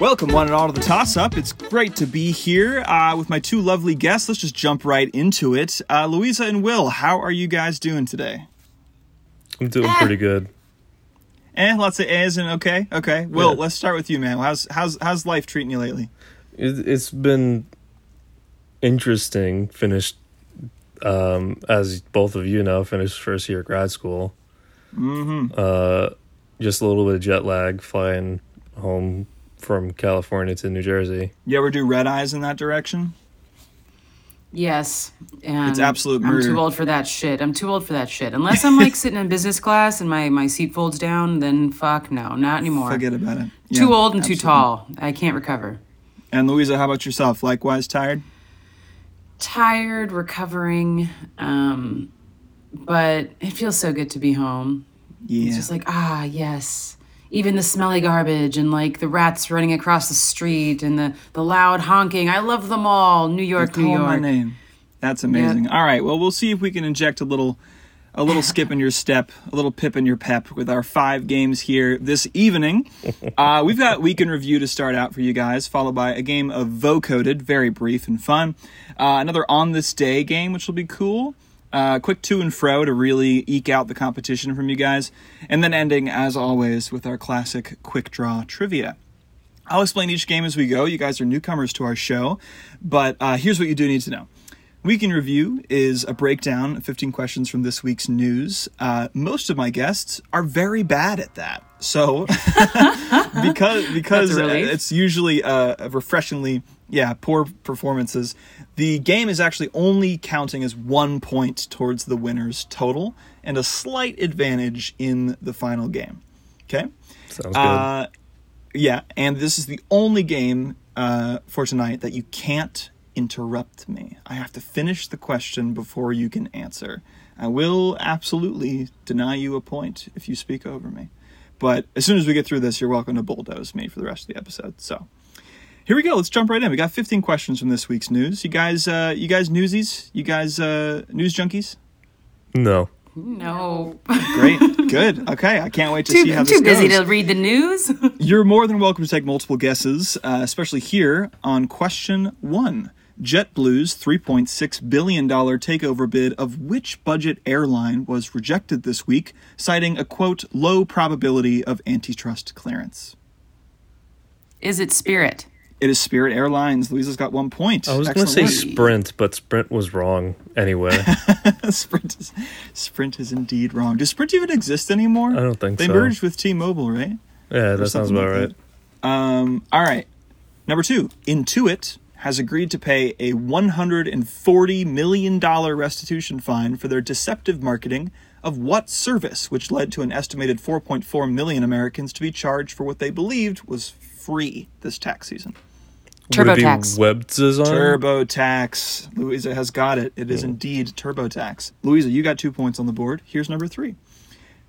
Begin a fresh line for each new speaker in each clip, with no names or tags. Welcome, one and all, to the toss up. It's great to be here uh, with my two lovely guests. Let's just jump right into it. Uh, Louisa and Will, how are you guys doing today?
I'm doing pretty good.
Eh, lots of ehs and okay, okay. Will, let's start with you, man. How's how's how's life treating you lately?
It, it's been interesting. Finished, um, as both of you know, finished first year of grad school. Mm-hmm. Uh, just a little bit of jet lag flying home from California to New Jersey.
You ever do red eyes in that direction?
Yes. And
It's absolute
I'm
murder.
too old for that shit. I'm too old for that shit. Unless I'm like sitting in business class and my, my seat folds down, then fuck no, not anymore.
Forget about it.
too
Yeah,
old and
absolutely.
too tall. I can't recover.
And Louisa, how about yourself? Likewise, tired.
Tired, recovering, um, but it feels so good to be home.
Yeah.
It's just like, ah, yes. Even the smelly garbage and like the rats running across the street and the, the loud honking. I love them all. New York, New
Call my
York.
name. That's amazing. All right. Well, we'll see if we can inject a little, a little skip in your step, a little pip in your pep with our five games here this evening. Uh, we've got week in review to start out for you guys, followed by a game of vocoded, very brief and fun. Uh, another on this day game, which will be cool. Uh, quick to and fro to really eke out the competition from you guys, and then ending as always with our classic quick draw trivia. I'll explain each game as we go. You guys are newcomers to our show, but uh, here's what you do need to know. Week in Review is a breakdown of 15 questions from this week's news. Uh, most of my guests are very bad at that. So, because because
That's a relief.
it's usually uh, refreshingly yeah poor performances, the game is actually only counting as one point towards the winner's total and a slight advantage in the final game. Okay.
Sounds good.
Uh, yeah, and this is the only game uh, for tonight that you can't interrupt me. I have to finish the question before you can answer. I will absolutely deny you a point if you speak over me. But as soon as we get through this, you're welcome to bulldoze me for the rest of the episode. So here we go. Let's jump right in. We got 15 questions from this week's news. You guys, uh, you guys, newsies, you guys, uh, news junkies.
no,
No.
Great, good. Okay, I can't wait to see how
too
this
too busy
goes.
to read the news.
You're more than welcome to take multiple guesses, uh, especially here on question one JetBlue's $3.6 billion takeover bid of which budget airline was rejected this week, citing a quote, low probability of antitrust clearance?
Is it Spirit?
It is Spirit Airlines. Louisa's got one point.
I was going to say
Excellent
sprint, but sprint was wrong anyway.
work. Sprint, is, Sprint is indeed wrong. Does Sprint even exist anymore? I
don't think
they
so.
They merged with T Mobile, right?
yeah, that sounds
something
about
like
right.
that. Um, All right. Number two, Intuit has agreed to pay a $140 million restitution fine for their deceptive marketing of what service, which led to an estimated 4.4 million Americans to be charged for what they believed was free this tax season.
Would it
TurboTax.
be web design?
TurboTax. Louisa has got it. It is indeed TurboTax. Louisa, you got two points on the board. Here's number three.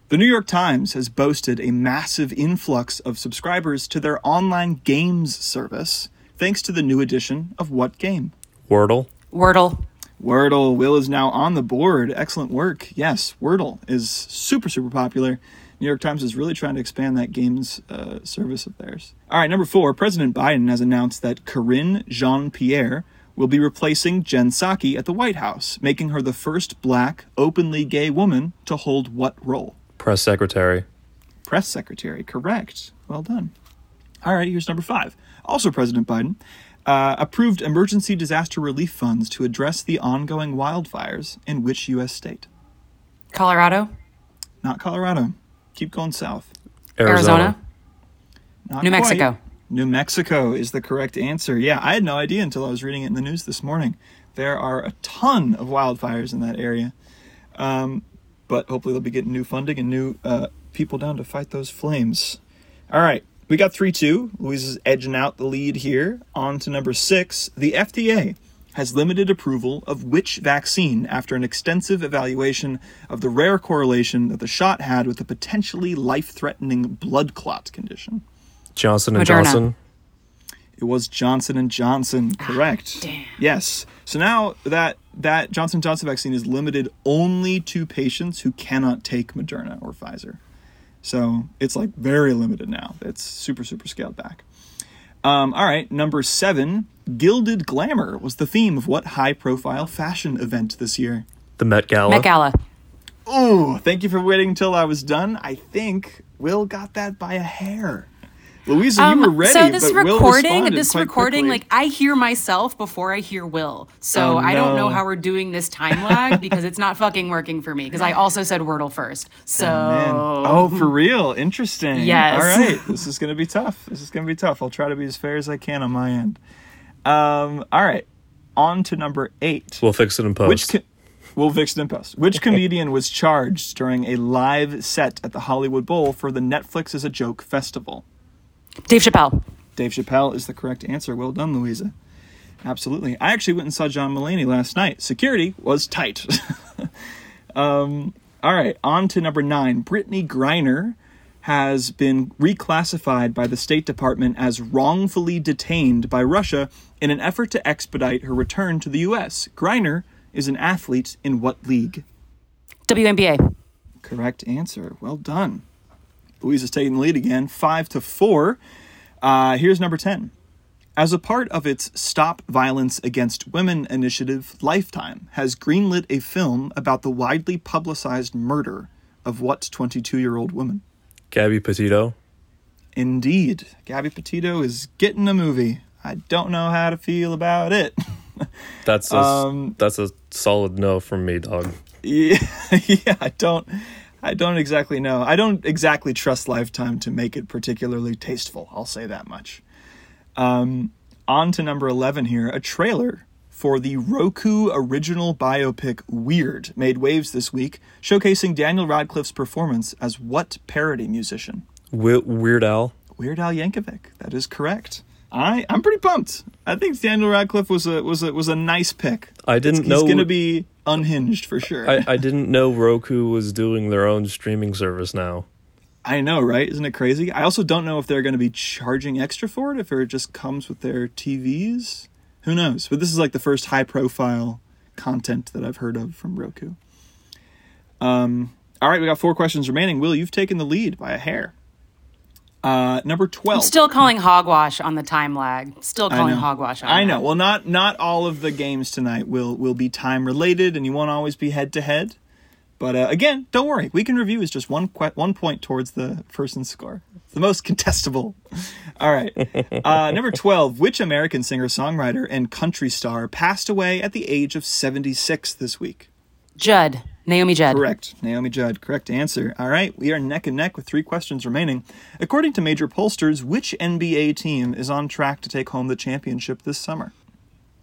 The New York Times has boasted a massive influx of subscribers to their online games service thanks to the new edition of What Game?
Wordle.
Wordle.
Wordle. Will is now on the board. Excellent work. Yes, Wordle is super, super popular. New York Times is really trying to expand that games uh, service of theirs. All right, number four. President Biden has announced that Corinne Jean Pierre will be replacing Jen Psaki at the White House, making her the first black, openly gay woman to hold what role?
Press secretary.
press secretary. Correct. Well done. All right, here's number five. Also, President Biden uh, approved emergency disaster relief funds to address the ongoing wildfires in which U.S. state?
Colorado.
Not Colorado. Keep going south.
Arizona.
Not
New
quite.
Mexico.
New Mexico is the correct answer. Yeah, I had no idea until I was reading it in the news this morning. There are a ton of wildfires in that area. Um, but hopefully they'll be getting new funding and new uh, people down to fight those flames. All right, we got 3 2. Louisa's edging out the lead here. On to number six. The FDA has limited approval of which vaccine after an extensive evaluation of the rare correlation that the shot had with a potentially life threatening blood clot condition.
Johnson and
Moderna.
Johnson.
It was Johnson and Johnson,
Ah,
correct? Yes. So now that that Johnson Johnson vaccine is limited only to patients who cannot take Moderna or Pfizer. So it's like very limited now. It's super super scaled back. Um, all right, number seven, Gilded Glamour was the theme of what high profile fashion event this year?
The Met Gala.
Met Gala.
Oh, thank you for waiting until I was done. I think Will got that by a hair. Louisa,
Um,
you were ready.
so this
but Will
recording,
responded
this
quite
recording,
quickly.
like I hear myself before I hear Will.
Oh,
So I don't know
no.
how we're doing this time lag because it's not fucking working for me because I also said Wordle first. So
Man. Oh, for real? Interesting.
Yes.
All right. This is going to be tough. This is going to be tough. I'll try to be as fair as I can on my end. Um, all right. On to number eight.
We'll fix it in post.
Which co- we'll fix it in post. Which comedian was charged during a live set at the Hollywood Bowl for the Netflix is a Joke festival?
Dave Chappelle.
Dave Chappelle is the correct answer. Well done, Louisa. Absolutely. I actually went and saw John Mulaney last night. Security was tight. um, all right, on to number nine. Brittany Griner has been reclassified by the State Department as wrongfully detained by Russia in an effort to expedite her return to the U.S. Griner is an athlete in what league?
WNBA.
Correct answer. Well done. Louisa's taking the lead again, five to four. Uh, here's number 10. As a part of its Stop Violence Against Women initiative, Lifetime has greenlit a film about the widely publicized murder of what 22 year old woman?
Gabby Petito.
Indeed, Gabby Petito is getting a movie. I don't know how to feel about it.
That's a,
Um,
that's a solid no from me, dog.
yeah, yeah, I don't. I don't exactly know. I don't exactly trust Lifetime to make it particularly tasteful. I'll say that much. Um, on to number eleven here. A trailer for the Roku original biopic Weird made waves this week, showcasing Daniel Radcliffe's performance as what parody musician?
We- Weird Al.
Weird Al Yankovic. That is correct. I I'm pretty pumped. I think Daniel Radcliffe was a was a was a nice pick.
I didn't
he's,
know-
he's going to be unhinged for sure.
I, I didn't know Roku was doing their own streaming service now.
I know, right? Isn't it crazy? I also don't know if they're going to be charging extra for it, if it just comes with their TVs. Who knows? But this is like the first high profile content that I've heard of from Roku. Um, all right, we got four questions remaining. Will, you've taken the lead by a hair. Uh, number 12.
Still calling hogwash on the time lag. Still
I
calling
know.
hogwash on
I
that.
know. Well, not not all of the games tonight will will be time related, and you won't always be head to head. But uh, again, don't worry. We can review is just one que- one point towards the person's score. It's the most contestable. All right. Uh, number twelve. Which American singer songwriter and country star passed away at the age of seventy six this week?
Judd. Naomi Judd.
Correct. Naomi Judd, correct answer. All right, we are neck and neck with three questions remaining. According to major pollsters, which NBA team is on track to take home the championship this summer?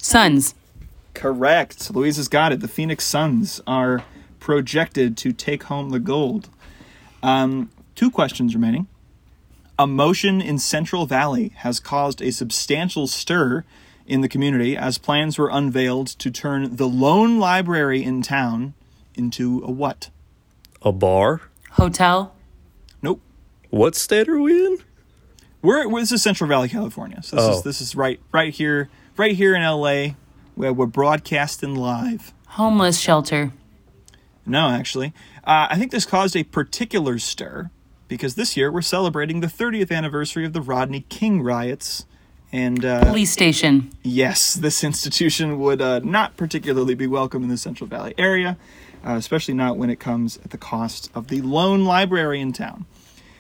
Sons.
Correct. Louise has got it. The Phoenix Suns are projected to take home the gold. Um, two questions remaining. A motion in Central Valley has caused a substantial stir in the community as plans were unveiled to turn the lone library in town into a what?
A bar?
Hotel.
Nope.
What state are we in?
We're, we're- this is Central Valley, California. So this
Oh.
is this is right right here right here in LA where we're broadcasting live.
Homeless shelter.
No, actually. Uh, I think this caused a particular stir because this year we're celebrating the 30th anniversary of the Rodney King riots. And uh,
Police station.
yes, this institution would uh, not particularly be welcome in the Central Valley area, uh, especially not when it comes at the cost of the lone library in town.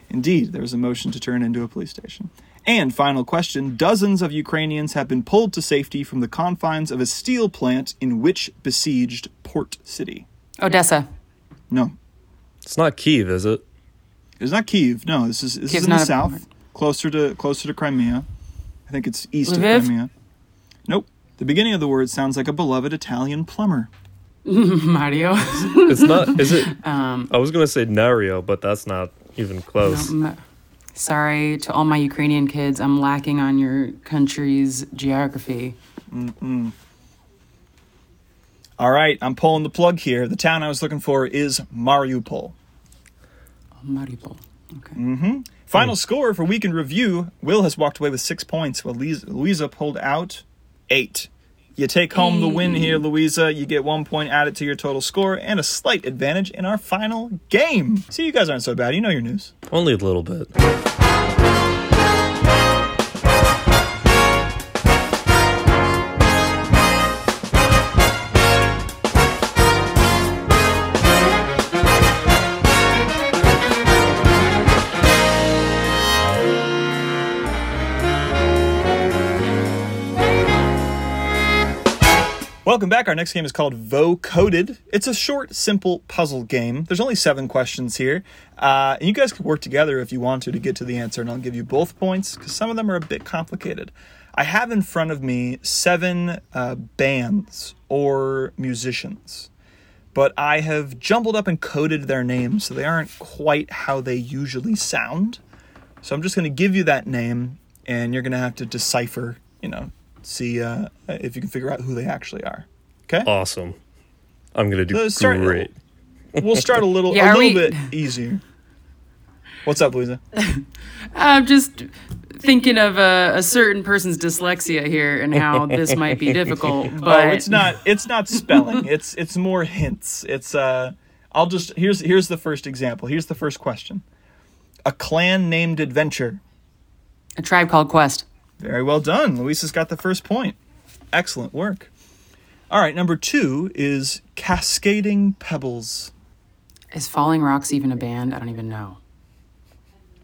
Indeed, there was a motion to turn into a police station. And final question dozens of Ukrainians have been pulled to safety from the confines of a steel plant in which besieged port city?
Odessa.
No,
It's not Kiev, is it?
It's not Kiev. No, this is this
Kiev's
is in the
not a-
south, closer to closer to Crimea. I think it's east
Lviv?
of Crimea. Nope. The beginning of the word sounds like a beloved Italian plumber.
Mario.
It's not. Is it? I was gonna say Nario, but that's not even close.
Um, Sorry to all my Ukrainian kids. I'm lacking on your country's geography.
All right, I'm pulling the plug here. The town I was looking for is Mariupol.
Mariupol. Okay.
Mm.
Hmm.
Final score for week in review. Will has walked away with six points, while Louisa, Louisa pulled out eight. You take home the win here, Louisa. You get one point added to your total score and a slight advantage in our final game. See, you guys aren't so bad. You know your news.
Only a little bit.
Welcome back. Our next game is called Vocoded. It's a short, simple puzzle game. There's only seven questions here. Uh, and you guys can work together if you want to to get to the answer, and I'll give you both points because some of them are a bit complicated. I have in front of me seven uh, bands or musicians, but I have jumbled up and coded their names so they aren't quite how they usually sound. So I'm just going to give you that name, and you're going to have to decipher, you know, see uh, if you can figure out who they actually are. Okay?
Awesome. I'm gonna do
Let's start-
great.
We'll start a little,
Yeah,
are
a little
we-
bit easier. What's up, Louisa?
I'm just thinking of a, a certain person's dyslexia here and how this might be difficult. But
Oh, it's not. It's not spelling. it's it's more hints. It's uh. I'll just here's here's the first example. Here's the first question. A clan named Adventure.
A tribe called Quest.
Very well done. Luisa's got the first point. Excellent work. All right, number two is Cascading Pebbles.
Is Falling Rocks even a band? I don't even know.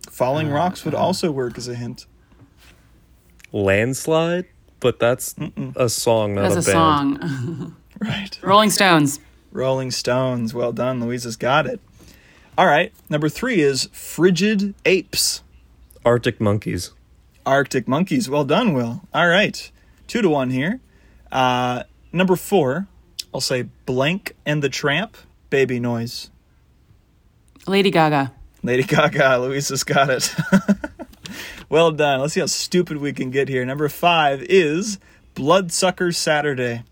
Falling Rocks would also work as a hint.
Landslide, but that's a song, not
That's
a,
a,
band.
song.
Right.
Rolling Stones.
Rolling Stones. Well done. Luisa's got it. All right, number three is Frigid Apes.
Arctic Monkeys.
Arctic Monkeys. Well done, Will. All right. Two to one here. Uh, number four, I'll say Blank and the Tramp, Baby Noise.
Lady Gaga.
Lady Gaga, Luisa's got it. well done. Let's see how stupid we can get here. Number five is Bloodsucker Saturday,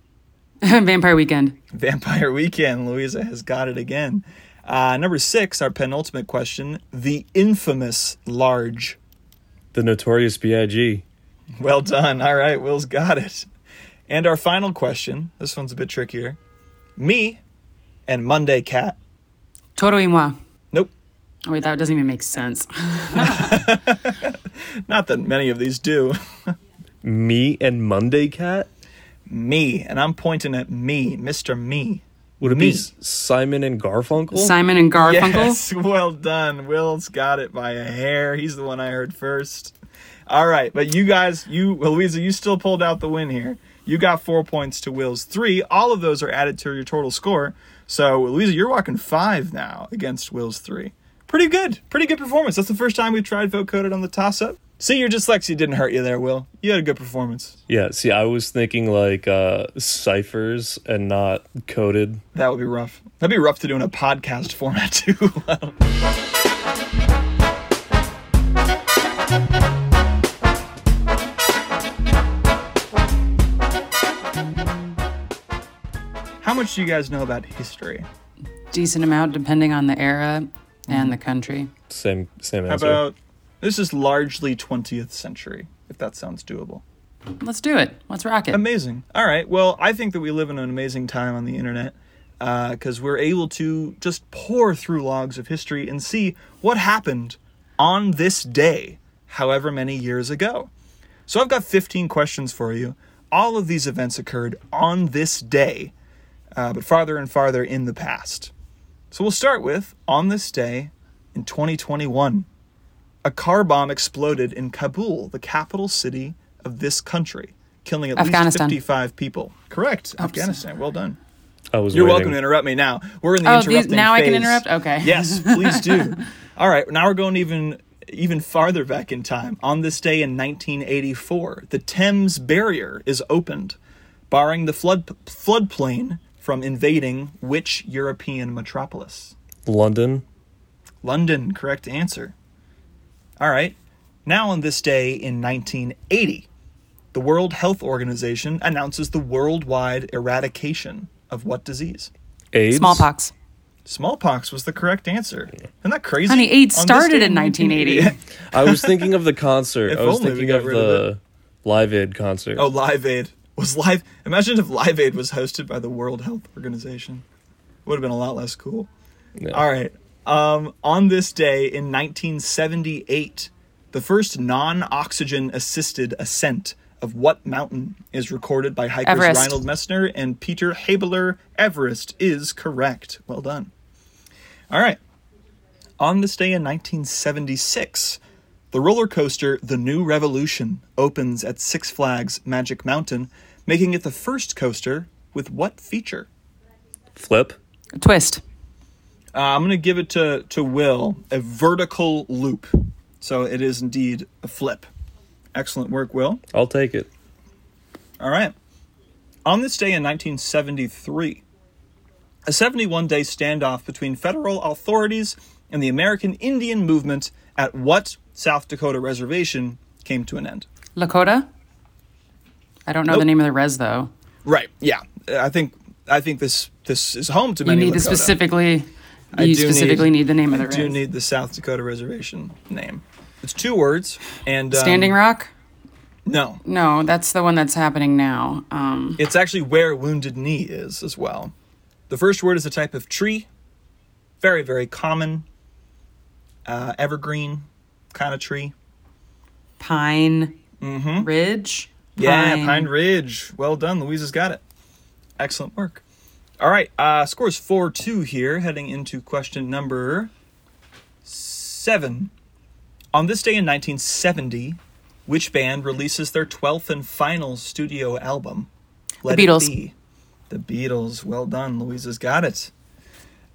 Vampire Weekend.
Vampire Weekend. Louisa has got it again. Uh, number six, our penultimate question, the infamous large.
The Notorious B.I.G.
Well done. All right, Will's got it. And our final question. This one's a bit trickier. Me and Monday Cat.
Toto y moi.
Nope.
Oh, wait, that doesn't even make sense.
Not that many of these do.
Me and Monday Cat.
me, and I'm pointing at me, Mr. Me.
Would it
Me.
be S- Simon and Garfunkel?
Simon and Garfunkel.
Oh, Yes, well done. Will's got it by a hair. He's the one I heard first. All right, but you guys, you Louisa, you still pulled out the win here. You got four points to Will's three. All of those are added to your total score. So Louisa, you're walking five now against Will's three. Pretty good. Pretty good performance. That's the first time we tried vote coded on the toss up. See, your dyslexia didn't hurt you there, Will. You had a good performance.
yeah. See, I was thinking like uh, ciphers and not coded.
That would be rough. That'd be rough to do in a podcast format too. How much do you guys know about history?
Decent amount depending on the era and the country.
Same same
How
answer.
about this is largely 20th century, if that sounds doable.
Let's do it. Let's rock it.
Amazing. All right. Well, I think that we live in an amazing time on the internet because we're able to just pour through logs of history and see what happened on this day, however many years ago. So I've got 15 questions for you. All of these events occurred on this day, uh, but farther and farther in the past. So we'll start with on this day in 2021, a car bomb exploded in Kabul, the capital city of this country, killing at least
Afghanistan.
55 people. Correct, Afghanistan. Well done.
I was.
You're
waiting.
welcome to interrupt me now. We're in the
Oh, these-
interrupting
now I can
phase.
interrupt? Okay.
Yes, please do. All right, now we're going even even farther back in time. On this day in 1984, the Thames Barrier is opened, barring the flood floodplain from invading which European metropolis?
London.
London, correct answer. All right. Now, on this day in 1980, the World Health Organization announces the worldwide eradication of what disease?
AIDS.
Smallpox.
Smallpox was the correct answer. Isn't that crazy?
Honey, AIDS
On this
started
day
in 1980.
1980.
I was thinking of the concert.
If
I was
only we
thinking
got
of
rid of
the Live Aid concert.
oh, Live Aid was live. Imagine if Live Aid was hosted by the World Health Organization. Would have been a lot less cool. All right. Um, on this day in 1978, the first non-oxygen assisted ascent of what mountain is recorded by hikers
Everest.
Reinhold Messner and Peter Habeler. Everest is correct. Well done. All right. On this day in 1976, the roller coaster The New Revolution opens at Six Flags Magic Mountain, making it the first coaster with what feature?
Flip.
Twist.
Uh, I'm going to give it to, to Will a vertical loop. So it is indeed a flip. Excellent work, Will.
I'll take it.
All right. On this day in 1973, a 71 day standoff between federal authorities and the American Indian movement at what South Dakota reservation came to an end?
Lakota? I don't know
Nope.
the name of the res though.
Right. Yeah. I think I think this this is home to
You
many.
need to
Lakota.
specifically
I
you
do
specifically need, the name of the
I do
res.
need the South Dakota reservation name. It's two words and um,
Standing Rock?
No,
No, that's the one that's happening now. Um,
it's actually where Wounded Knee is as well. The first word is a type of tree, very very common, uh, evergreen kind of tree.
Pine Ridge.
Mm-hmm. Yeah, Pine. Ridge. Well done. Louisa's got it. Excellent work. All right. Uh, scores 4 2 here, heading into question number seven. On this day in 1970, which band releases their 12th and final studio album? Let
Beatles.
It be. The Beatles. Well done. Louisa's got it.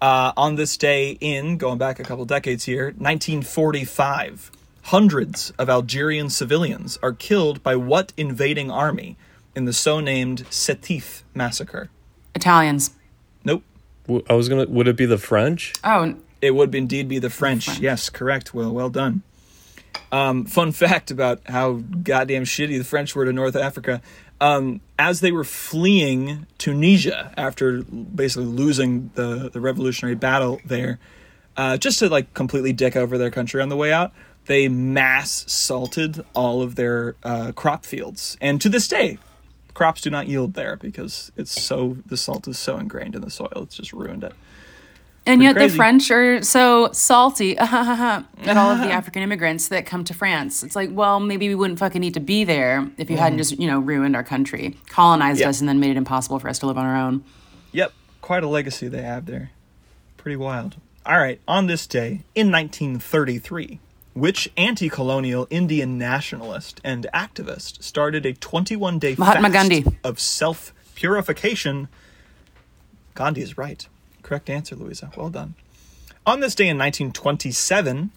Uh, on this day in, going back a couple decades here, 1945, hundreds of Algerian civilians are killed by what invading army in the so named Setif massacre?
Italians.
Nope.
W- I was gonna. Would it be the French?
Oh, n-
It would indeed be the French. Yes, correct, Will. Well done. Um, fun fact about how goddamn shitty the French were to North Africa. Um, as they were fleeing Tunisia after basically losing the, the revolutionary battle there, uh, just to like completely dick over their country on the way out, they mass salted all of their uh, crop fields. And to this day, crops do not yield there because it's so, the salt is so ingrained in the soil, it's just ruined it.
and yet
crazy.
the French are so salty at all of the African immigrants that come to France. It's like, well, maybe we wouldn't fucking need to be there if you hadn't just, you know, ruined our country, colonized
Mm. Yeah.
us, and then made it impossible for us to live on our own.
Yep, quite a legacy they have there. Pretty wild. All right, on this day in 1933, which anti colonial Indian nationalist and activist started a 21 day
Mahatma
fast
Gandhi.
of self purification? Gandhi is right. Correct answer, Louisa. Well done. On this day in 1927,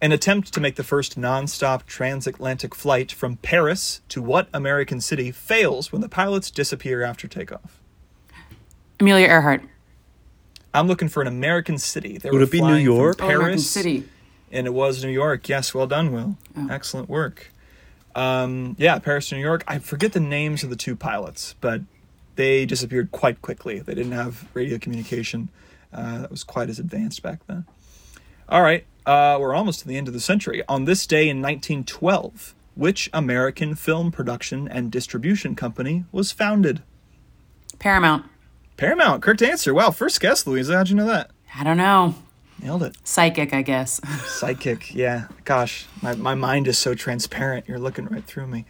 an attempt to make the first nonstop transatlantic flight from Paris to what American city fails when the pilots disappear after takeoff?
Amelia Earhart.
I'm looking for an American city. They
Would
were
it be New
flying from
York?
Oh, American
Paris,
City. Oh.
and it was New York. Yes, well done, Will. Excellent work. Um, yeah, Paris to New York. I forget the names of the two pilots, but they disappeared quite quickly. They didn't have radio communication uh, that was quite as advanced back then. All right, uh, we're almost to the end of the century. On this day in 1912, which American film production and distribution company was founded?
Paramount.
Paramount. Correct answer. Wow, first guess, Louisa. How'd you know that?
I don't know.
Nailed it.
Psychic, I guess.
Psychic, yeah. Gosh, my, my mind is so transparent. You're looking right through me.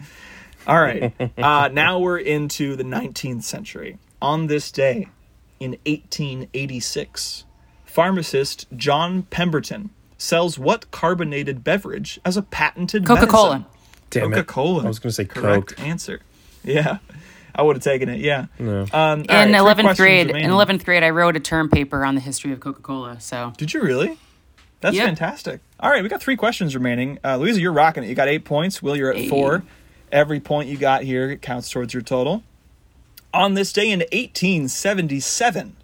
All right. Uh, now we're into the 19th century. On this day, in 1886, pharmacist John Pemberton sells what carbonated beverage as a patented
Coca-Cola.
medicine?
Damn it.
Coca-Cola.
I was gonna say
Correct
Coke.
answer. Yeah. I would have taken it. Yeah. No. Um, in
in eleventh grade, in eleventh grade, I wrote a term paper on the history of Coca Cola. So
Did you really? That's
Yep.
fantastic. All right, we got three questions remaining. Uh, Louisa, you're rocking it. You got eight points. Will, you're at four. Every point you got here counts towards your total. On this day in 1877,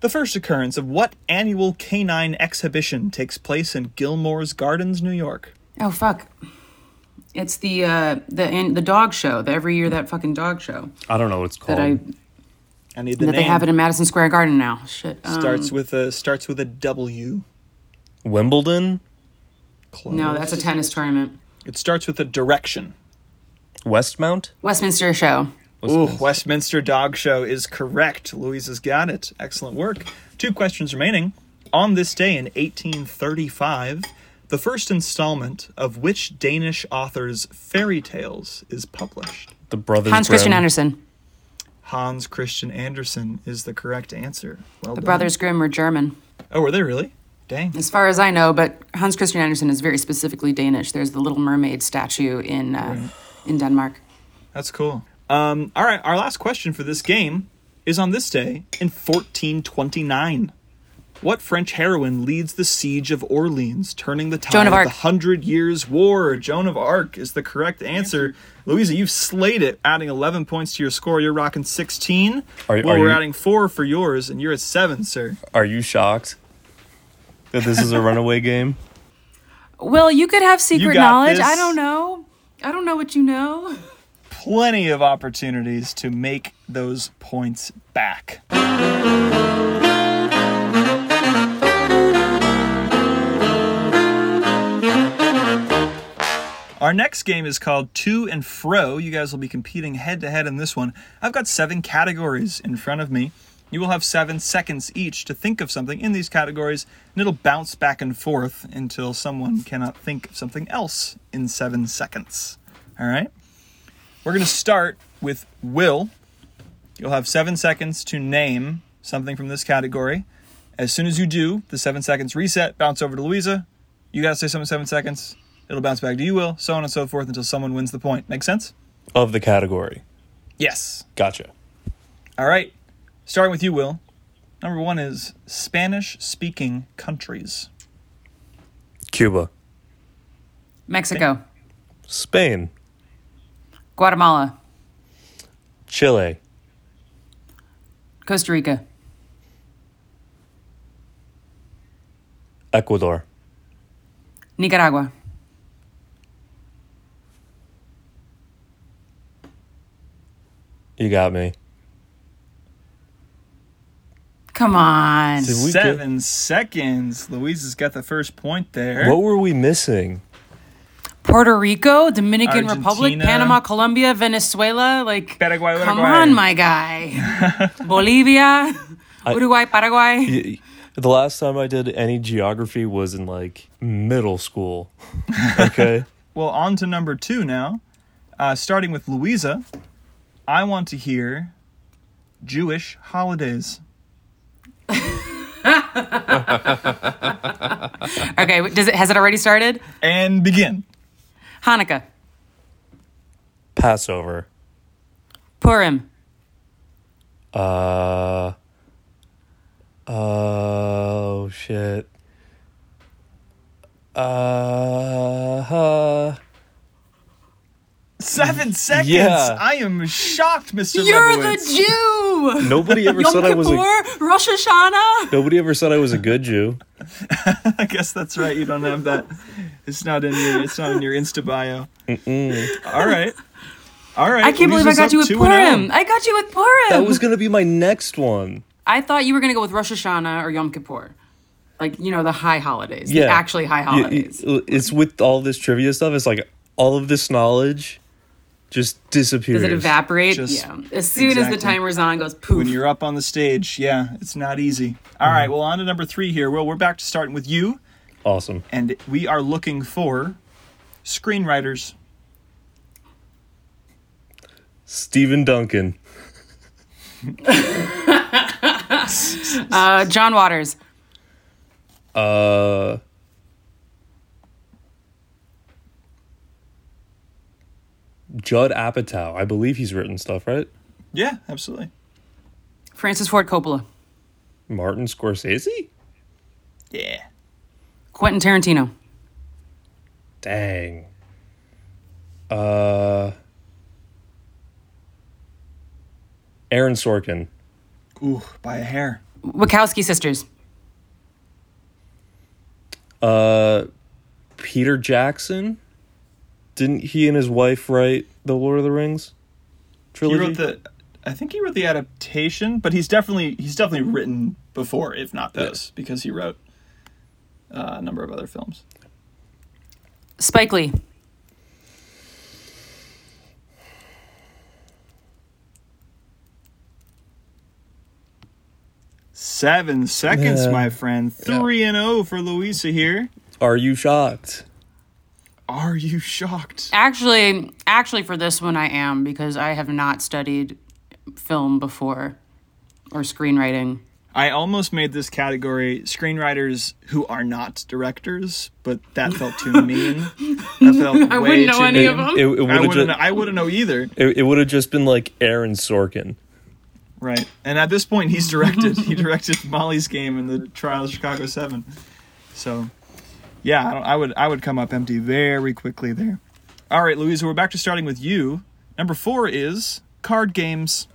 the first occurrence of what annual canine exhibition takes place in Gilmore's Gardens, New York?
oh fuck, it's the uh, the and the dog show. The, every year that fucking dog show
I don't know what it's called.
that
Oh.
I
I need the
that
name.
they have it in Madison Square Garden now. Shit. Um,
starts with a starts with a W.
Wimbledon,
Close.
no, that's a tennis tournament.
It starts with a direction.
Westmount.
Westminster show.
Ooh, Westminster Dog Show is correct. Louisa's got it. Excellent work. Two questions remaining. On this day in 1835, the first installment of which Danish author's fairy tales is published?
The brothers.
Hans Christian
Grimm.
Andersen.
Hans Christian Andersen is the correct answer. Well
The
done.
Brothers Grimm were German,
Oh, were they really? Dang.
as far as I know. But Hans Christian Andersen is very specifically Danish. There's the Little Mermaid statue in uh, in Denmark.
That's cool. Um, all right, our last question for this game is on this day in 1429. What French heroine leads the siege of Orleans, turning the tide
Joan of Arc.
the Hundred Years' War? Joan of Arc is the correct answer. Louisa, you've slayed it, adding 11 points to your score. You're rocking 16.
Are-
well,
are
we're
you-
adding four for yours, and you're at seven, sir.
Are you shocked that this is a runaway game?
Well, you could have secret
got
knowledge.
this.
I don't know. I don't know what you know.
Plenty of opportunities to make those points back. Our next game is called To and Fro. You guys will be competing head to head in this one. I've got seven categories in front of me. You will have seven seconds each to think of something in these categories, and it'll bounce back and forth until someone cannot think of something else in seven seconds. All right? We're going to start with Will. You'll have seven seconds to name something from this category. As soon as you do, the seven seconds reset, bounce over to Louisa. You got to say something in seven seconds. It'll bounce back to you, Will, so on and so forth until someone wins the point. Make sense?
Of the category.
Yes.
Gotcha.
All right. Starting with you, Will. Number one is Spanish speaking countries.
Cuba,
Mexico,
Spain,
Guatemala,
Chile,
Costa Rica,
Ecuador,
Nicaragua,
you got me.
Come on.
Did we get-
Seven seconds. Louisa's got the first point there.
What were we missing?
Puerto Rico, Dominican Republic,
Argentina.
Panama, Colombia, Venezuela, like
Paraguay,
Come
Uruguay.
on, my guy. Bolivia, Uruguay, Paraguay.
The last time I did any geography was in like middle school. Okay.
Well, on to number two now. Uh, starting with Louisa, I want to hear Jewish holidays.
Okay, does it has it already started?
And begin.
Hanukkah,
Passover.
Purim,
Uh oh shit. Uh
Seven seconds.
Yeah.
I am shocked, mister
You're
Lebowitz.
the Jew.
nobody ever
Yom
said I was a
Kippur, Rosh Hashanah.
nobody ever said I was a good Jew.
I guess that's right. You don't have that. It's not in your. It's not in your Insta bio. All right. All right.
I can't believe I
Louisa's
got
up
you with
2 and
Purim.
oh.
I got you with Purim.
That was gonna be my next one.
I thought you were gonna go with Rosh Hashanah or Yom Kippur, like you know the high holidays, the actually high
Y- y-
holidays.
It's with all this trivia stuff. It's like all of this knowledge just disappears.
Does it evaporate?
Just-
yeah. As soon as
exactly.
the timer's on, it goes poof.
When you're up on the stage, yeah, it's not easy. All right.
Mm.
Well, on to number three here. Well, we're back to starting with you.
Awesome.
and we are looking for screenwriters.
Stephen Duncan.
uh, John Waters,
Uh. Judd Apatow. I believe he's written stuff, right?
Yeah, absolutely.
Francis Ford Coppola,
Martin Scorsese?
Yeah.
Quentin Tarantino,
Dang. Uh. Aaron Sorkin.
Ooh, by a hair.
Wachowski sisters,
Uh. Peter Jackson? Didn't he and his wife write the Lord of the Rings
He
trilogy?
wrote the I think he wrote the adaptation, but he's definitely he's definitely written before, if not those, because he wrote uh, a number of other films.
Spike Lee,
Seven seconds,
Yeah.
my friend. Three and oh for Luisa here.
Are you shocked?
Are you shocked?
Actually, actually, for this one, I am because I have not studied film before or screenwriting.
I almost made this category screenwriters who are not directors, but that felt too mean. That felt
I
way
wouldn't know
too
any of
mean.
them.
It, it
I
would
wouldn't.
have
I wouldn't know either.
it, it would have just been like Aaron Sorkin.
Right. And at this point, he's directed. he directed Molly's game in the Trial of Chicago Seven. So, yeah, I, don't, I would I would come up empty very quickly there. All right, Louisa, we're back to starting with you. Number four is card games.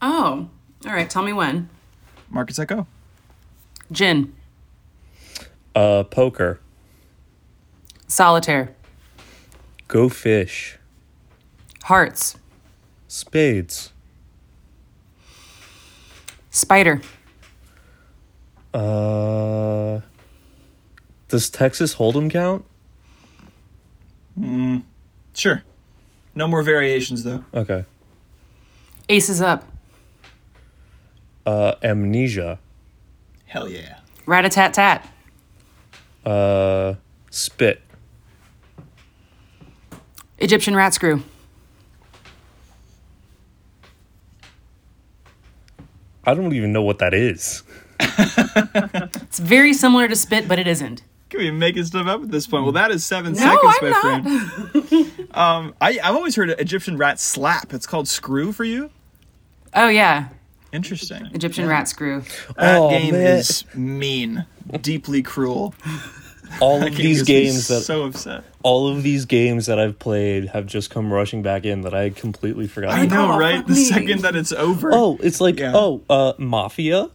Oh, all right. Tell me when.
Markets I go.
Gin,
Uh, poker.
solitaire,
Go fish.
hearts,
Spades.
spider.
Uh, does Texas Hold'em count?
Sure. No more variations though.
Okay.
Aces up.
Uh, amnesia.
Hell yeah.
Rat a tat tat.
Uh, spit.
Egyptian rat screw.
I don't even know what that is.
It's very similar to spit, but it isn't.
Can we making stuff up at this point? Well, that is seven seconds,
I'm
my friend. um, I I've always heard of Egyptian rat slap. It's called screw for you.
Oh yeah,
Interesting.
Egyptian rat screw.
That
Oh,
game
man.
is mean, deeply cruel.
All of these
It gets me
games that
so upset.
all of these games that I've played have just come rushing back in that I had completely forgotten.
I know,
Oh,
right?
fuck
The
me.
second that it's over.
Oh, it's like
Yeah.
oh, uh, mafia,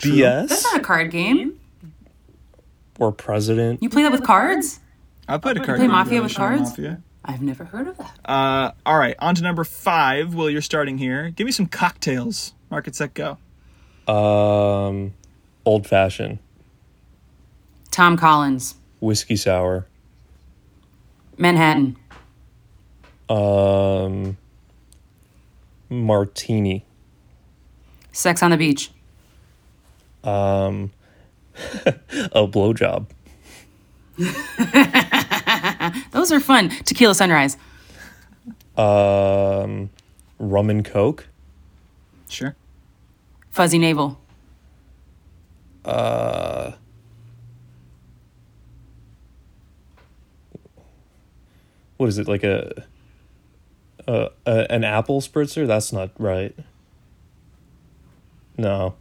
That's
BS,
not a card game.
or president.
You play that with cards?
I played a card.
play
game
Mafia with
version of
cards?
Mafia.
I've never heard of that.
Uh, all right, on to number five. Will, you're starting here. Give me some cocktails. Market set go.
Um, old fashioned
Tom Collins,
whiskey sour.
Manhattan,
Um, martini.
Sex on the Beach,
Um, a blowjob.
Those are fun. Tequila sunrise.
Um, rum and coke.
Sure.
Fuzzy navel.
What is it like a? Uh, a an apple spritzer? That's not right. No.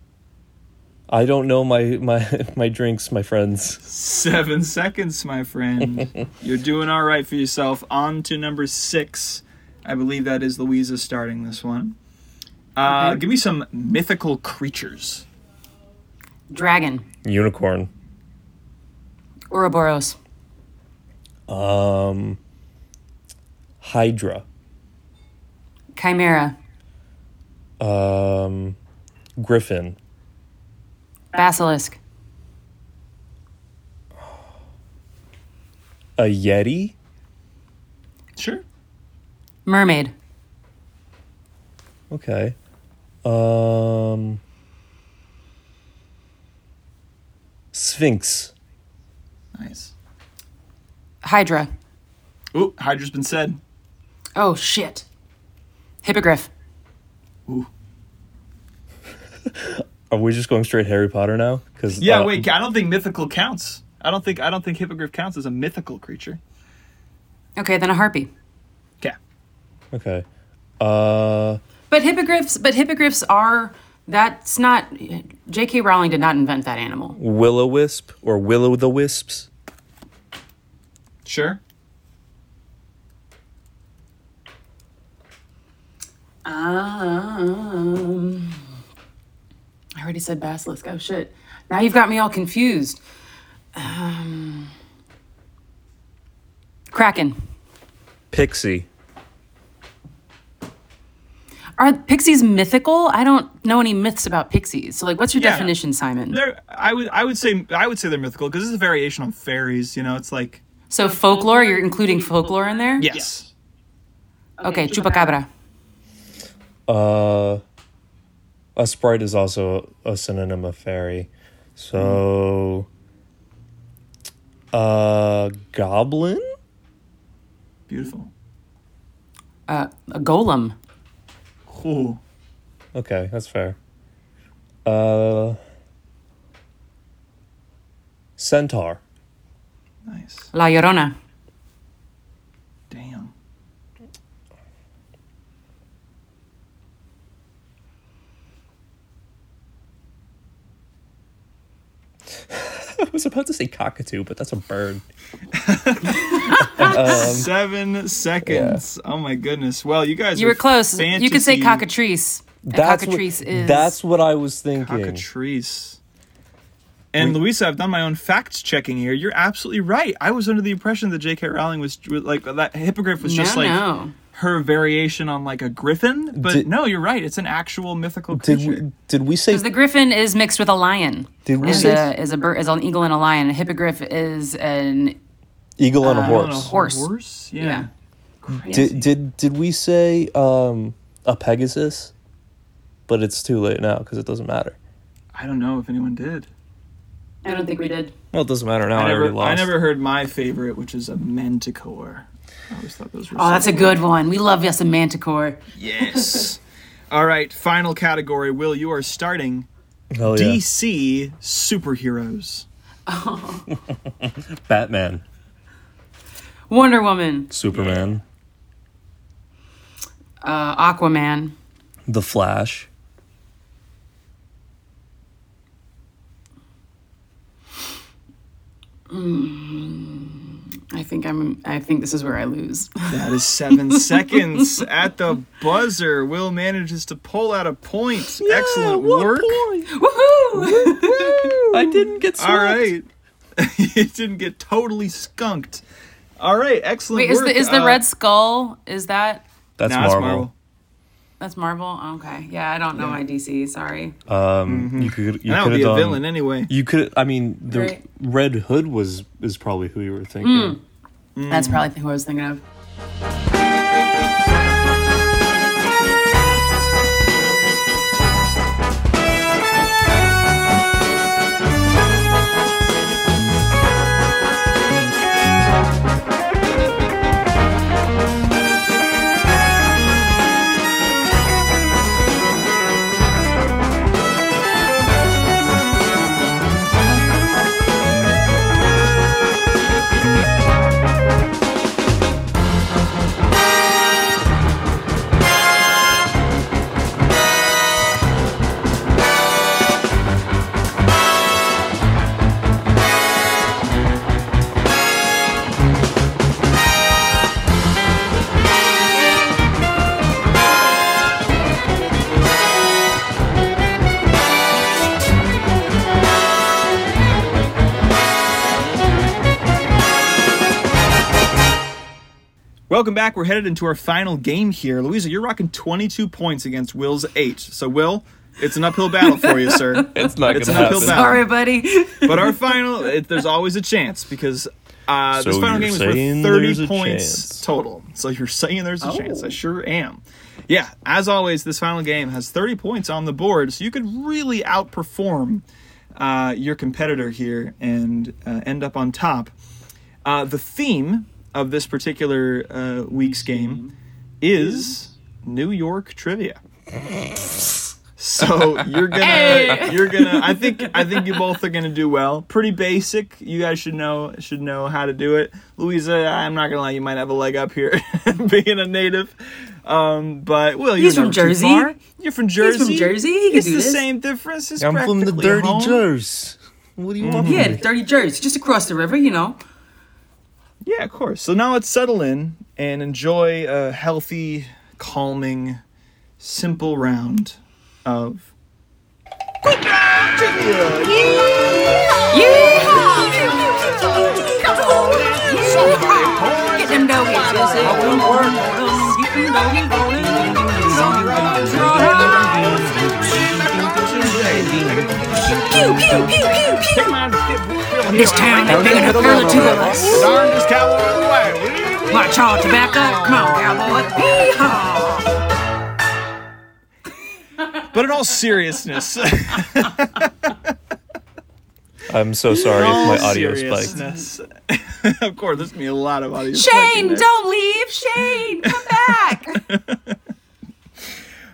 I don't know my my my drinks, my friends.
Seven seconds, my friend. you're doing all right for yourself. On to number six. I believe that is Louisa starting this one. Uh, Give me some mythical creatures.
Dragon.
Unicorn.
Ouroboros.
Um. Hydra.
Chimera.
Um. Griffin.
Basilisk.
A yeti.
Sure.
Mermaid.
Okay. Um. Sphinx.
Nice.
Hydra.
Ooh, Hydra's been said.
Oh, shit. Hippogriff.
Ooh.
Are we just going straight Harry Potter now? uh, Because
Yeah, wait. I don't think mythical counts. I don't think I don't think hippogriff counts as a mythical creature.
Okay, then a harpy.
Okay.
Okay. Uh.
But hippogriffs, but hippogriffs are, that's not, J.K. Rowling did not invent that animal.
Will o wisp or will o the wisps.
Sure.
Um, I already said basilisk. Oh, shit. Now you've got me all confused. Um, Kraken.
Pixie.
Are pixies mythical? I don't know any myths about pixies. So, like, what's your
Yeah.
definition, Simon?
They're, I would I would say I would say they're mythical because it's a variation on fairies. You know, it's like
So, folklore, you're including folklore in there?
yes,
Okay, chupacabra.
Uh. A sprite is also a synonym of fairy. So. Uh. Goblin?
beautiful.
Uh, a golem.
Ooh.
Okay, that's fair. Uh. Centaur.
nice.
La Llorona.
Damn.
was about to say cockatoo, but that's a bird.
Um,
Seven seconds. Oh my goodness. Well, you guys
You
are
were close. You could say
fantasy
cockatrice. A
That's
cockatrice
what,
is.
That's what I was thinking.
Cockatrice. And Louisa, I've done my own fact checking here. You're absolutely right. I was under the impression that J.K. Rowling was was like that hippogriff was just
no,
like
no.
her variation on like a griffin. But
Did-
no, you're right. It's an actual mythical
Did
creature.
we did we say
'Cause the griffin is mixed with a lion.
Did we
is
say-
a, is a bird is an eagle and a lion. A hippogriff is an
eagle
uh,
on a
On a
horse?
Horse.
Horse? Yeah.
Yeah.
Did did did we say um, a Pegasus? But it's too late now because it doesn't matter.
I don't know if anyone did.
I don't think we did.
Well, it doesn't matter now. I,
I
already
never,
lost.
I never heard my favorite, which is a manticore. I always thought those were.
Oh, that's a good one. We love yes a manticore.
yes. All right, final category. Will you are starting
Hell yeah.
DC superheroes.
Batman,
Wonder Woman,
Superman,
uh, Aquaman,
The Flash.
I think I'm. I think this is where I lose.
That is seven seconds at the buzzer. Will manages to pull out a point. Excellent work.
Woohoo!
I didn't get.
All
Swept.
right, it didn't get totally skunked. All right, excellent
Wait, is
work.
the is the
Uh,
Red Skull? Is that
That's
nah, it's
Marvel.
Marvel.
that's Marvel? Okay, yeah, I don't know my DC. Sorry.
Um, you could you
Mm-hmm. And that
could
would
have
be a
done.
villain eh? anyway.
You could. I mean, the
Right.
Red Hood was is probably who you were thinking.
Mm.
That's probably who I was thinking of.
Welcome back. We're headed into our final game here. Louisa, you're rocking 22 points against Will's 8. So, Will, it's an uphill battle for you, sir.
It's not
It's
gonna
an uphill
happen.
battle.
Sorry, buddy.
But our final, it, there's always a chance because uh, this
So
final
you're
game is
saying
worth
there's
30
a
points
chance.
total. So you're saying there's a chance. I sure am. Yeah, as always, this final game has 30 points on the board, so you could really outperform uh, your competitor here and uh, end up on top. Uh, the theme of this particular uh, week's game is New York trivia. So you're gonna you're gonna I think I think you both are gonna do well. Pretty basic. You guys should know should know how to do it. Louisa, I'm not gonna lie, you might have a leg up here being a native. Um, but Will, you're
He's from
never too
Jersey.
far. You're from Jersey.
Jersey. He can
it's
do
the
this.
same difference. It's
I'm from the
practically
dirty
home.
Jersey. What do you want?
Yeah, the dirty jersey, just across the river, you know.
Yeah, of course. So now let's settle in and enjoy a healthy, calming, simple round of.
Get them doughies, yes, eh? Get them doughies, rolling. This town, they're big enough for the two of us. Watch all tobacco. Come on, cowboy. Yeehaw!
But in all seriousness,
I'm so sorry if my audio spiked.
Mm-hmm. seriousness. of course, there's gonna be a lot of audio. spiking
Shane,
there.
don't leave. Shane, come back.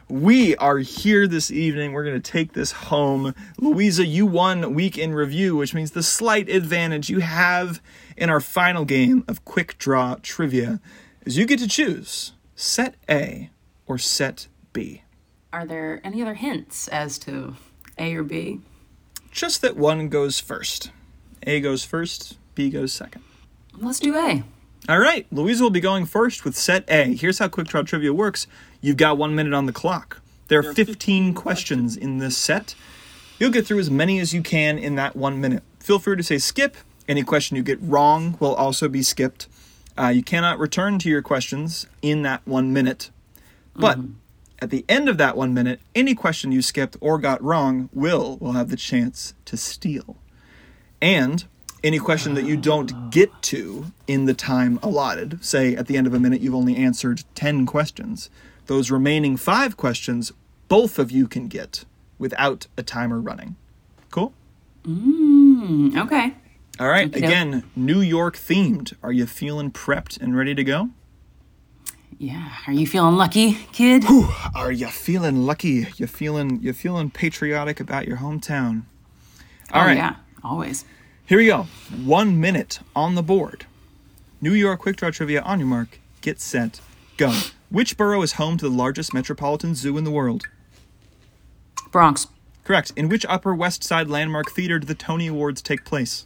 We are here this evening. We're gonna take this home. Louisa, you won week in review, which means the slight advantage you have in our final game of quick draw trivia is you get to choose set A or set B.
Are there any other hints as to A or B?
Just that one goes first. A goes first, B goes second.
Let's do A.
All right, Louisa will be going first with set A. Here's how quick trial trivia works you've got one minute on the clock. There are 15 questions in this set. You'll get through as many as you can in that one minute. Feel free to say skip. Any question you get wrong will also be skipped. Uh, you cannot return to your questions in that one minute. But at the end of that one minute, any question you skipped or got wrong will will have the chance to steal. And any question that you don't get to in the time allotted, say at the end of a minute you've only answered 10 questions, those remaining five questions both of you can get without a timer running. Cool?
Mm, Okay.
All right, again, New York themed. Are you feeling prepped and ready to go?
Yeah. Are you feeling lucky, kid?
Are you feeling lucky? You feeling you feeling patriotic about your hometown? All
Oh,
right.
Yeah. Always.
Here we go. One minute on the board. New York Quick Draw Trivia on your mark. Get set. Go. Which borough is home to the largest metropolitan zoo in the world?
Bronx.
Correct. In which Upper West Side Landmark Theater do the Tony Awards take place?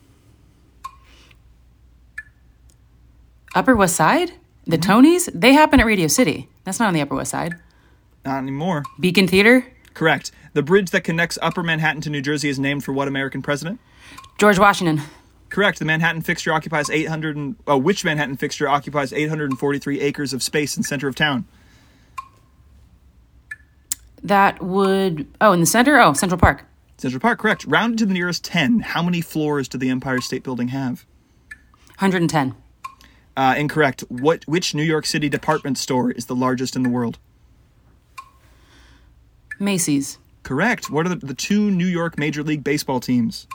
Upper West Side? The Tonys? They happen at Radio City. That's not on the Upper West Side.
Not anymore.
Beacon Theater?
Correct. The bridge that connects Upper Manhattan to New Jersey is named for what American president?
George Washington.
Correct. The Manhattan fixture occupies 800 and, oh, which Manhattan fixture occupies 843 acres of space in center of town?
That would. Oh, in the center? Oh, Central Park.
Central Park, correct. Rounded to the nearest 10. How many floors did the Empire State Building have?
110.
Uh, incorrect. What? Which New York City department store is the largest in the world?
Macy's.
Correct. What are the, the two New York Major League Baseball teams?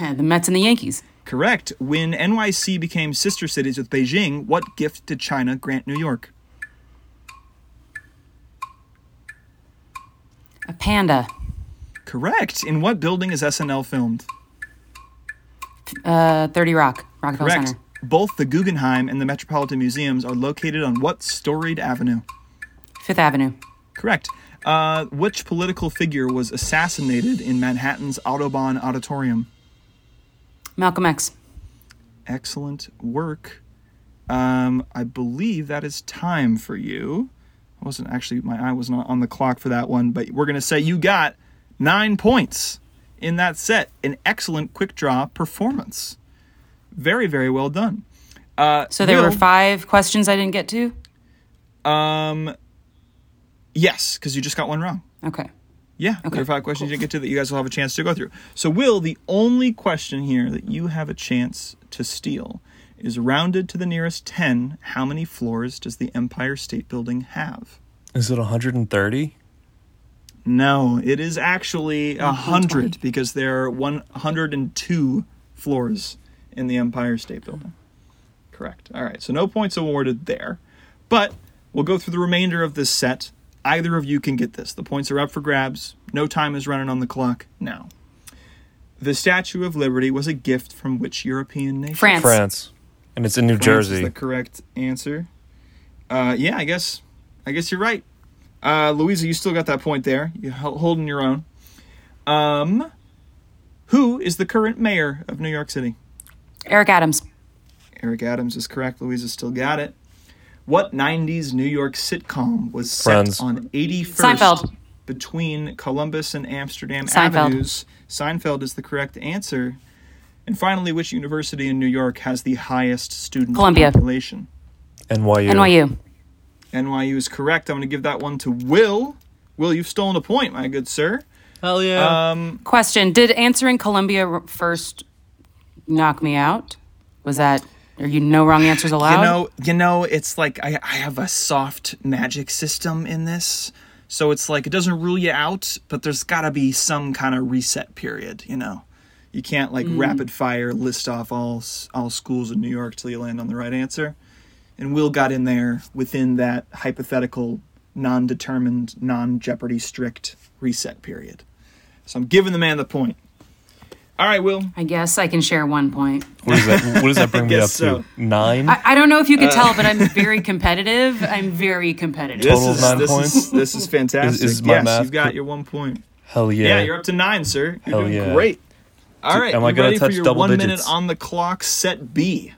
Eh, The Mets and the Yankees.
Correct. When NYC became sister cities with Beijing, what gift did China grant New York?
A panda.
Correct. In what building is SNL filmed?
Uh, 30 Rock. Rockefeller
Correct.
Center.
Both the Guggenheim and the Metropolitan Museums are located on what storied avenue?
Fifth Avenue.
Correct. Uh, which political figure was assassinated in Manhattan's Audubon Auditorium?
Malcolm X.
excellent work. Um, I believe that is time for you. I wasn't actually my eye was not on the clock for that one, but we're gonna say you got nine points in that set. An excellent quick draw performance. Very very well done.
So there were
Will.
five questions I didn't get to?
Yes, because you just got one wrong.
Okay.
Yeah, there are five questions you didn't get to that you guys will have a chance to go through. So, Will, the only question here that you have a chance to steal is rounded to the nearest 10. How many floors does the Empire State Building have?
Is it 130?
No, it is actually a hundred because there are one hundred and two floors in the Empire State Building. Correct. All right, so no points awarded there, but we'll go through the remainder of this set. Either of you can get this. The points are up for grabs. No time is running on the clock now. The Statue of Liberty was a gift from which European nation?
France.
France. And it's in New
France
Jersey.
is the correct answer. Uh, yeah, I guess, I guess you're right. Uh, Louisa, you still got that point there. You're hel- holding your own. Um, who is the current mayor of New York City?
Eric Adams.
Eric Adams is correct. Louisa still got it. What '90s New York sitcom was set
Friends.
on 81st
Seinfeld.
between Columbus and Amsterdam
Seinfeld.
avenues? Seinfeld is the correct answer. And finally, which university in New York has the highest student
Columbia.
population?
NYU.
NYU.
NYU is correct. I'm going to give that one to Will. Will, you've stolen a point, my good sir.
Hell yeah.
Question Did answering Columbia r- first knock me out? Was that. Are you no wrong answers allowed?
You know, you know, it's like I, I have a soft magic system in this, so it's like it doesn't rule you out, but there's got to be some kind of reset period. You know, you can't like rapid fire list off all s- all schools in New York till you land on the right answer. And Will got in there within that hypothetical, non-determined, non-jeopardy strict reset period. So I'm giving the man the point. All right, Will.
I guess I can share one point.
What, is that, what does that bring me
guess
up
so.
to? Nine?
I don't know if
Uh.
you could tell, but I'm very competitive. I'm very competitive.
Total of nine
this
points?
Is, this is fantastic.
Is- is my
yes,
math
you've got
cor-
your one point.
Hell yeah.
Yeah. you're up to nine, sir. You're
Hell
doing
yeah.
great. All right.
am I
you
gonna
ready for
touch
your
double
one minute
digits?
on the clock set B?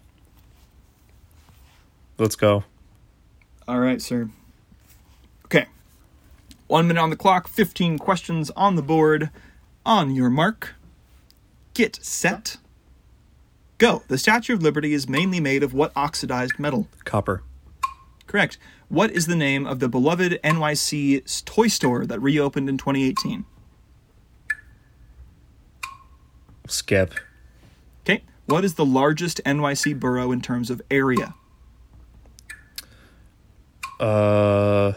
Let's go.
All right, sir. Okay. One minute on the clock, 15 questions on the board. On your mark, get set, go. The Statue of Liberty is mainly made of what oxidized metal?
Copper.
Correct. What is the name of the beloved NYC 's toy store that reopened in 2018?
Skip.
Okay. What is the largest NYC borough in terms of area?
Uh.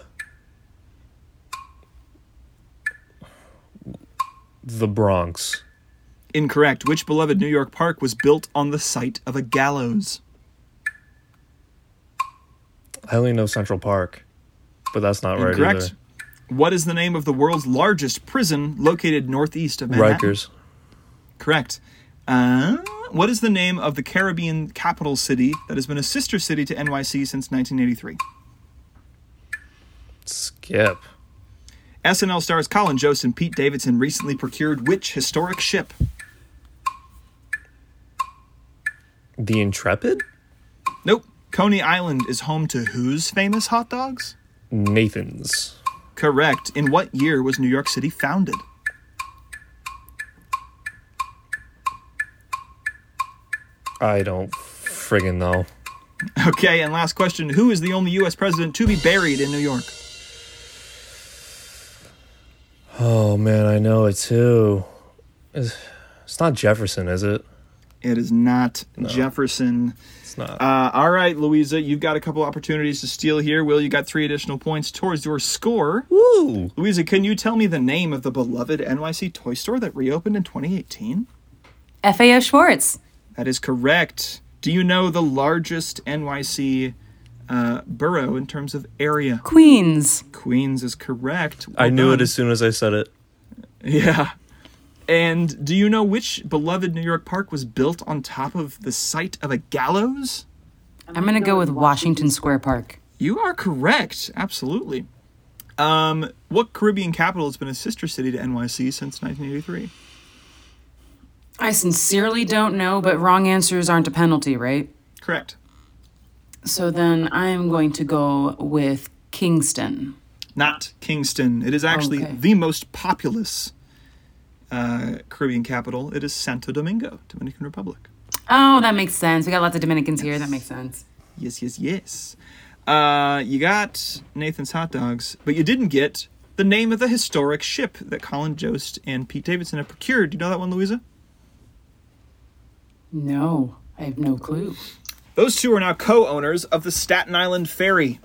The Bronx.
Incorrect. Which beloved New York park was built on the site of a gallows?
I only know Central Park, but that's not right
Incorrect.
either.
What is the name of the world's largest prison located northeast of Manhattan?
Rikers.
Correct. Uh, what is the name of the Caribbean capital city that has been a sister city to NYC since 1983?
Skip.
SNL stars Colin Jost and Pete Davidson recently procured which historic ship?
The Intrepid?
Nope. Coney Island is home to whose famous hot dogs?
Nathan's.
Correct. In what year was New York City founded?
I don't friggin' know.
Okay, and last question Who is the only U.S. president to be buried in New York?
Oh man, I know it too. It's, it's not Jefferson, is it?
It is not Jefferson.
It's not.
Uh, all right, Louisa, you've got a couple opportunities to steal here. Will, you got three additional points towards your score.
Woo!
Louisa, can you tell me the name of the beloved NYC toy store that reopened in 2018?
FAO Schwartz.
That is correct. Do you know the largest NYC uh, borough in terms of area?
Queens.
Queens is correct.
I
Well
knew it
done.
as soon as I said it.
Yeah. And do you know which beloved New York park was built on top of the site of a gallows?
I'm going to go with Washington Square Park.
You are correct. Absolutely. Um, what Caribbean capital has been a sister city to NYC since 1983?
I
Sincerely don't know, but wrong answers aren't a penalty, right?
Correct.
So then I'm going to go with Kingston.
Not Kingston. It is actually
Okay.
the most populous uh, Caribbean capital. It is Santo Domingo, Dominican Republic.
Oh, that makes sense. We got lots of Dominicans here. That makes sense.
Yes, yes, yes. Uh, you got Nathan's hot dogs, but you didn't get the name of the historic ship that Colin Jost and Pete Davidson have procured. Do you know that one, Louisa?
No, I have no clue.
Those two are now co-owners of the Staten Island Ferry.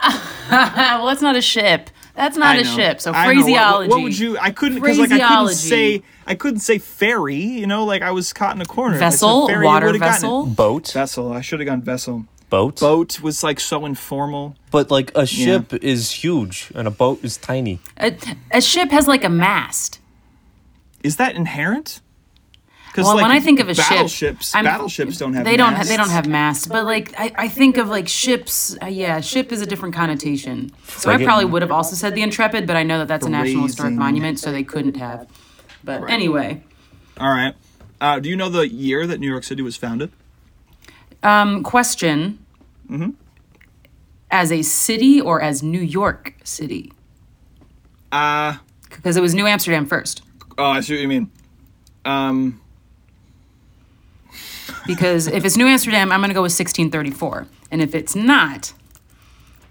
Ah, well, that's not a ship. That's not
I
a
know.
ship.
I
So
know. What-
phraseology.
What, what would you? I couldn't because like I couldn't
Phraseology.
say I couldn't say ferry. You know, like I was caught in a corner. If I said
Vessel,
ferry, you
water
would've gotten it.
vessel.
Boat?
Vessel. I should have gone vessel.
boat?
Boat was like so informal.
But like a ship is huge and a boat is tiny.
A, a ship has like a mast.
Is that inherent? Because
Well, when I think of a
battleships,
ship, I'm-
battleships don't have
they don't ha-
masts.
they don't have masts. But like I, I think of like ships. Uh, yeah, ship is a different connotation. So I
Frigate.
probably would have also said the Intrepid, but I know that that's a national historic
Phrasing.
monument, so they couldn't have. But anyway,
All right. Uh, do you know the year that New York City was founded?
um, question.
Mm-hmm.
As a city or as New York City?
Uh,
Because it was New Amsterdam first.
oh, I see what you mean. Um,
Because if it's New Amsterdam, I'm going to go with 1634. And if it's not,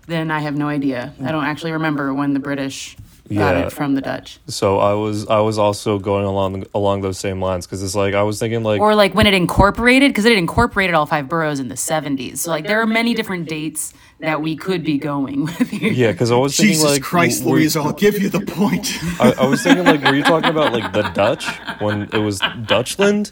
then I have no idea. I don't actually remember when the British got
Yeah.
it from the Dutch.
So I was I was also going along along those same lines because it's like I was thinking like
Or like when it incorporated, because it incorporated all five boroughs in the 70s. So like there are many different dates that we could be going with here.
yeah because I was thinking
Jesus
like
Christ,
were-
Louise! I'll give you the point.
I, I was thinking like were you talking about like the Dutch when it was Dutchland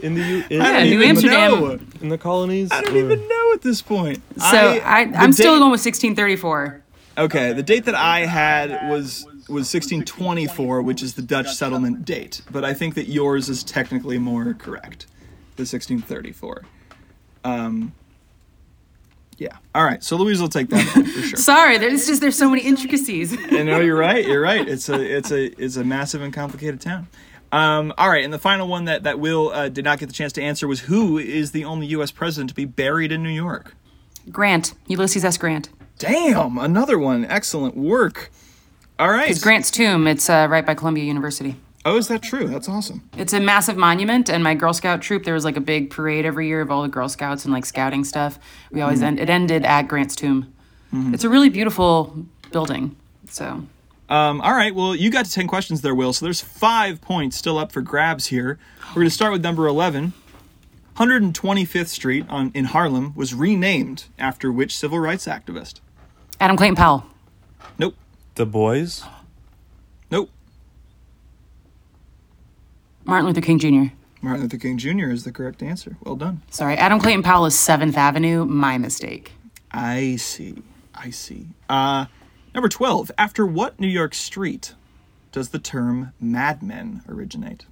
in the U- in,
I don't
New
even
Amsterdam.
know.
in the colonies?
I don't even know at this point.
So I,
the
I'm still
date-
going with 1634.
Okay, the date that I had was was 1624, which is the Dutch settlement date. But I think that yours is technically more correct, the 1634. Um, yeah. All right. So Louise will take that point for sure.
Sorry, there's just there's so many intricacies.
I know you're right. You're right. It's a it's a it's a massive and complicated town. Um, all right, and the final one that that Will uh, did not get the chance to answer was who is the only U.S. president to be buried in New York?
Grant, Ulysses S. Grant.
Damn, another one. Excellent work. All right.
It's Grant's tomb. It's uh, right by Columbia University.
Oh, is that true? That's awesome.
It's a massive monument, and my Girl Scout troop there was like a big parade every year of all the Girl Scouts and like scouting stuff. We
Mm-hmm.
always end. It ended at Grant's tomb. It's a really beautiful building. So
Um, all right, well, you got to 10 questions there, Will. So there's five points still up for grabs here. We're going to start with number 11. 125th Street on, in Harlem was renamed after which civil rights activist?
Adam Clayton Powell,
Nope.
The boys?
Nope.
Martin Luther King Jr.
Martin Luther King Jr. is the correct answer. Well done.
Sorry, Adam Clayton Powell is Seventh Avenue. My mistake.
I see. I see. Uh, number 12. After what New York street does the term Mad Men originate?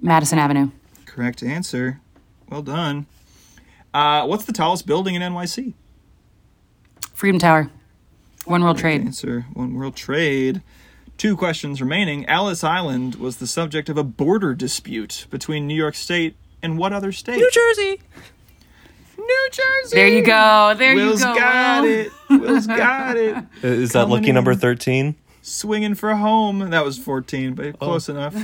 Madison Avenue.
Correct answer. Well done. Uh, what's the tallest building in NYC?
Freedom Tower. One World
Correct
Trade.
Answer One World Trade. Two questions remaining. Ellis Island was the subject of a border dispute between New York State and what other state? New Jersey. New Jersey.
There you go. There
Will's
you go.
got
Will.
it. Will's got it.
I- Is that
Coming
lucky number
in.
13?
Swinging for home. That was 14, but close enough.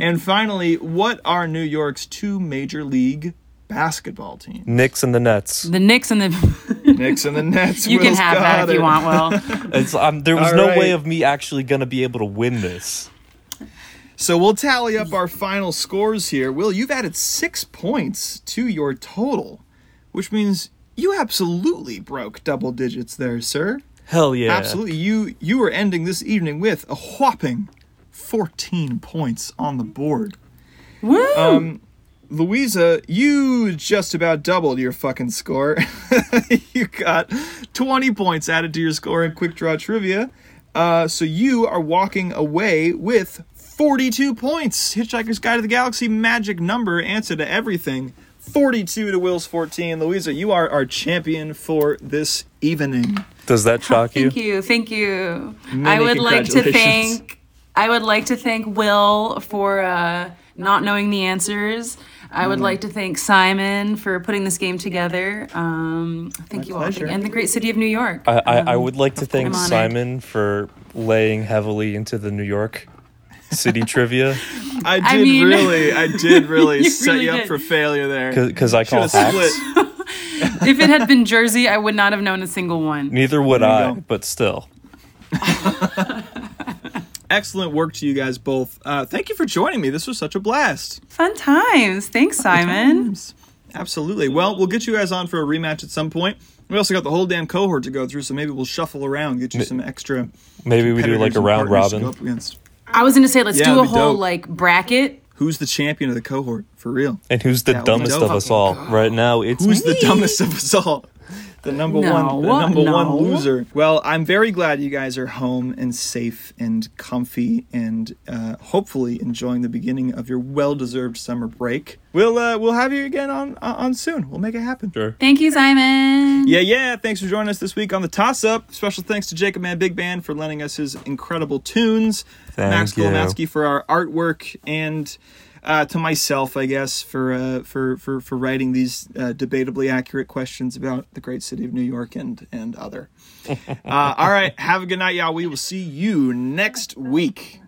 and finally, what are New York's two major league basketball teams?
Knicks and the Nets.
The Knicks and the
Knicks and the Nets.
you can
Will's
have that
got
if you
it.
want. Well,
It's, um, there was
All
no
right.
way of me actually going to be able to win this.
So we'll tally up our final scores here. Will, you've added six points to your total, which means you absolutely broke double digits there, sir.
Hell yeah.
Absolutely. You you were ending this evening with a whopping 14 points on the board.
woo.
Louisa, you just about doubled your fucking score. you got 20 points added to your score in quick draw trivia. Uh, so you are walking away with 42 points. Hitchhiker's Guide to the Galaxy, magic number, answer to everything. 42 to Will's 14. Louisa, you are our champion for this evening.
Does that shock you?
Thank you. Thank you. I
Many
would like to
congratulations.
thank I would like to thank Will for uh, not knowing the answers. I
Hmm.
would like to thank Simon for putting this game together. Um, thank you
pleasure. Uh,
all. And the great city of New York.
I, I, I would like to thank
I'm honored.
Simon for laying heavily into the New York City trivia
I did
mean-
really, I did really
You
set
really
you up
did.
for failure there.
because I call
Should've
hacks.
split.
if it had been Jersey, I would not have known a single one.
Neither would
you
I,
go.
but still.
Excellent work to you guys both. Uh, thank you for joining me. This was such a blast.
Fun times. Thanks, Simon.
Absolutely. Well, we'll get you guys on for a rematch at some point. We also got the whole damn cohort to go through, so maybe we'll shuffle around, get you some extra.
Maybe we do like
competitors
a
and
round
partners to go
robin.
up against.
I was gonna say let's
Yeah,
do a
it'd be
whole
dope.
like bracket.
Who's the champion of the cohort for real?
And who's the
That would be
dumbest
dope.
of us all? Right now, it's
Who's
me.
the dumbest of us all? The number one, the
No,
number one
no.
loser. Well, I'm very glad you guys are home and safe and comfy and uh, hopefully enjoying the beginning of your well-deserved summer break. We'll uh, we'll have you again on uh, on soon. We'll make it happen.
Sure.
Thank you, Simon.
Yeah, yeah. Thanks for joining us this week on the Toss Up. Special thanks to Jacob Man Big Band for lending us his incredible tunes.
Thank
Max
you.
Kolomatsky for our artwork and uh, to myself, I guess, for uh, for for for writing these uh, debatably accurate questions about the great city of New York and and other. Uh, all right, have a good night, y'all. We will see you next week.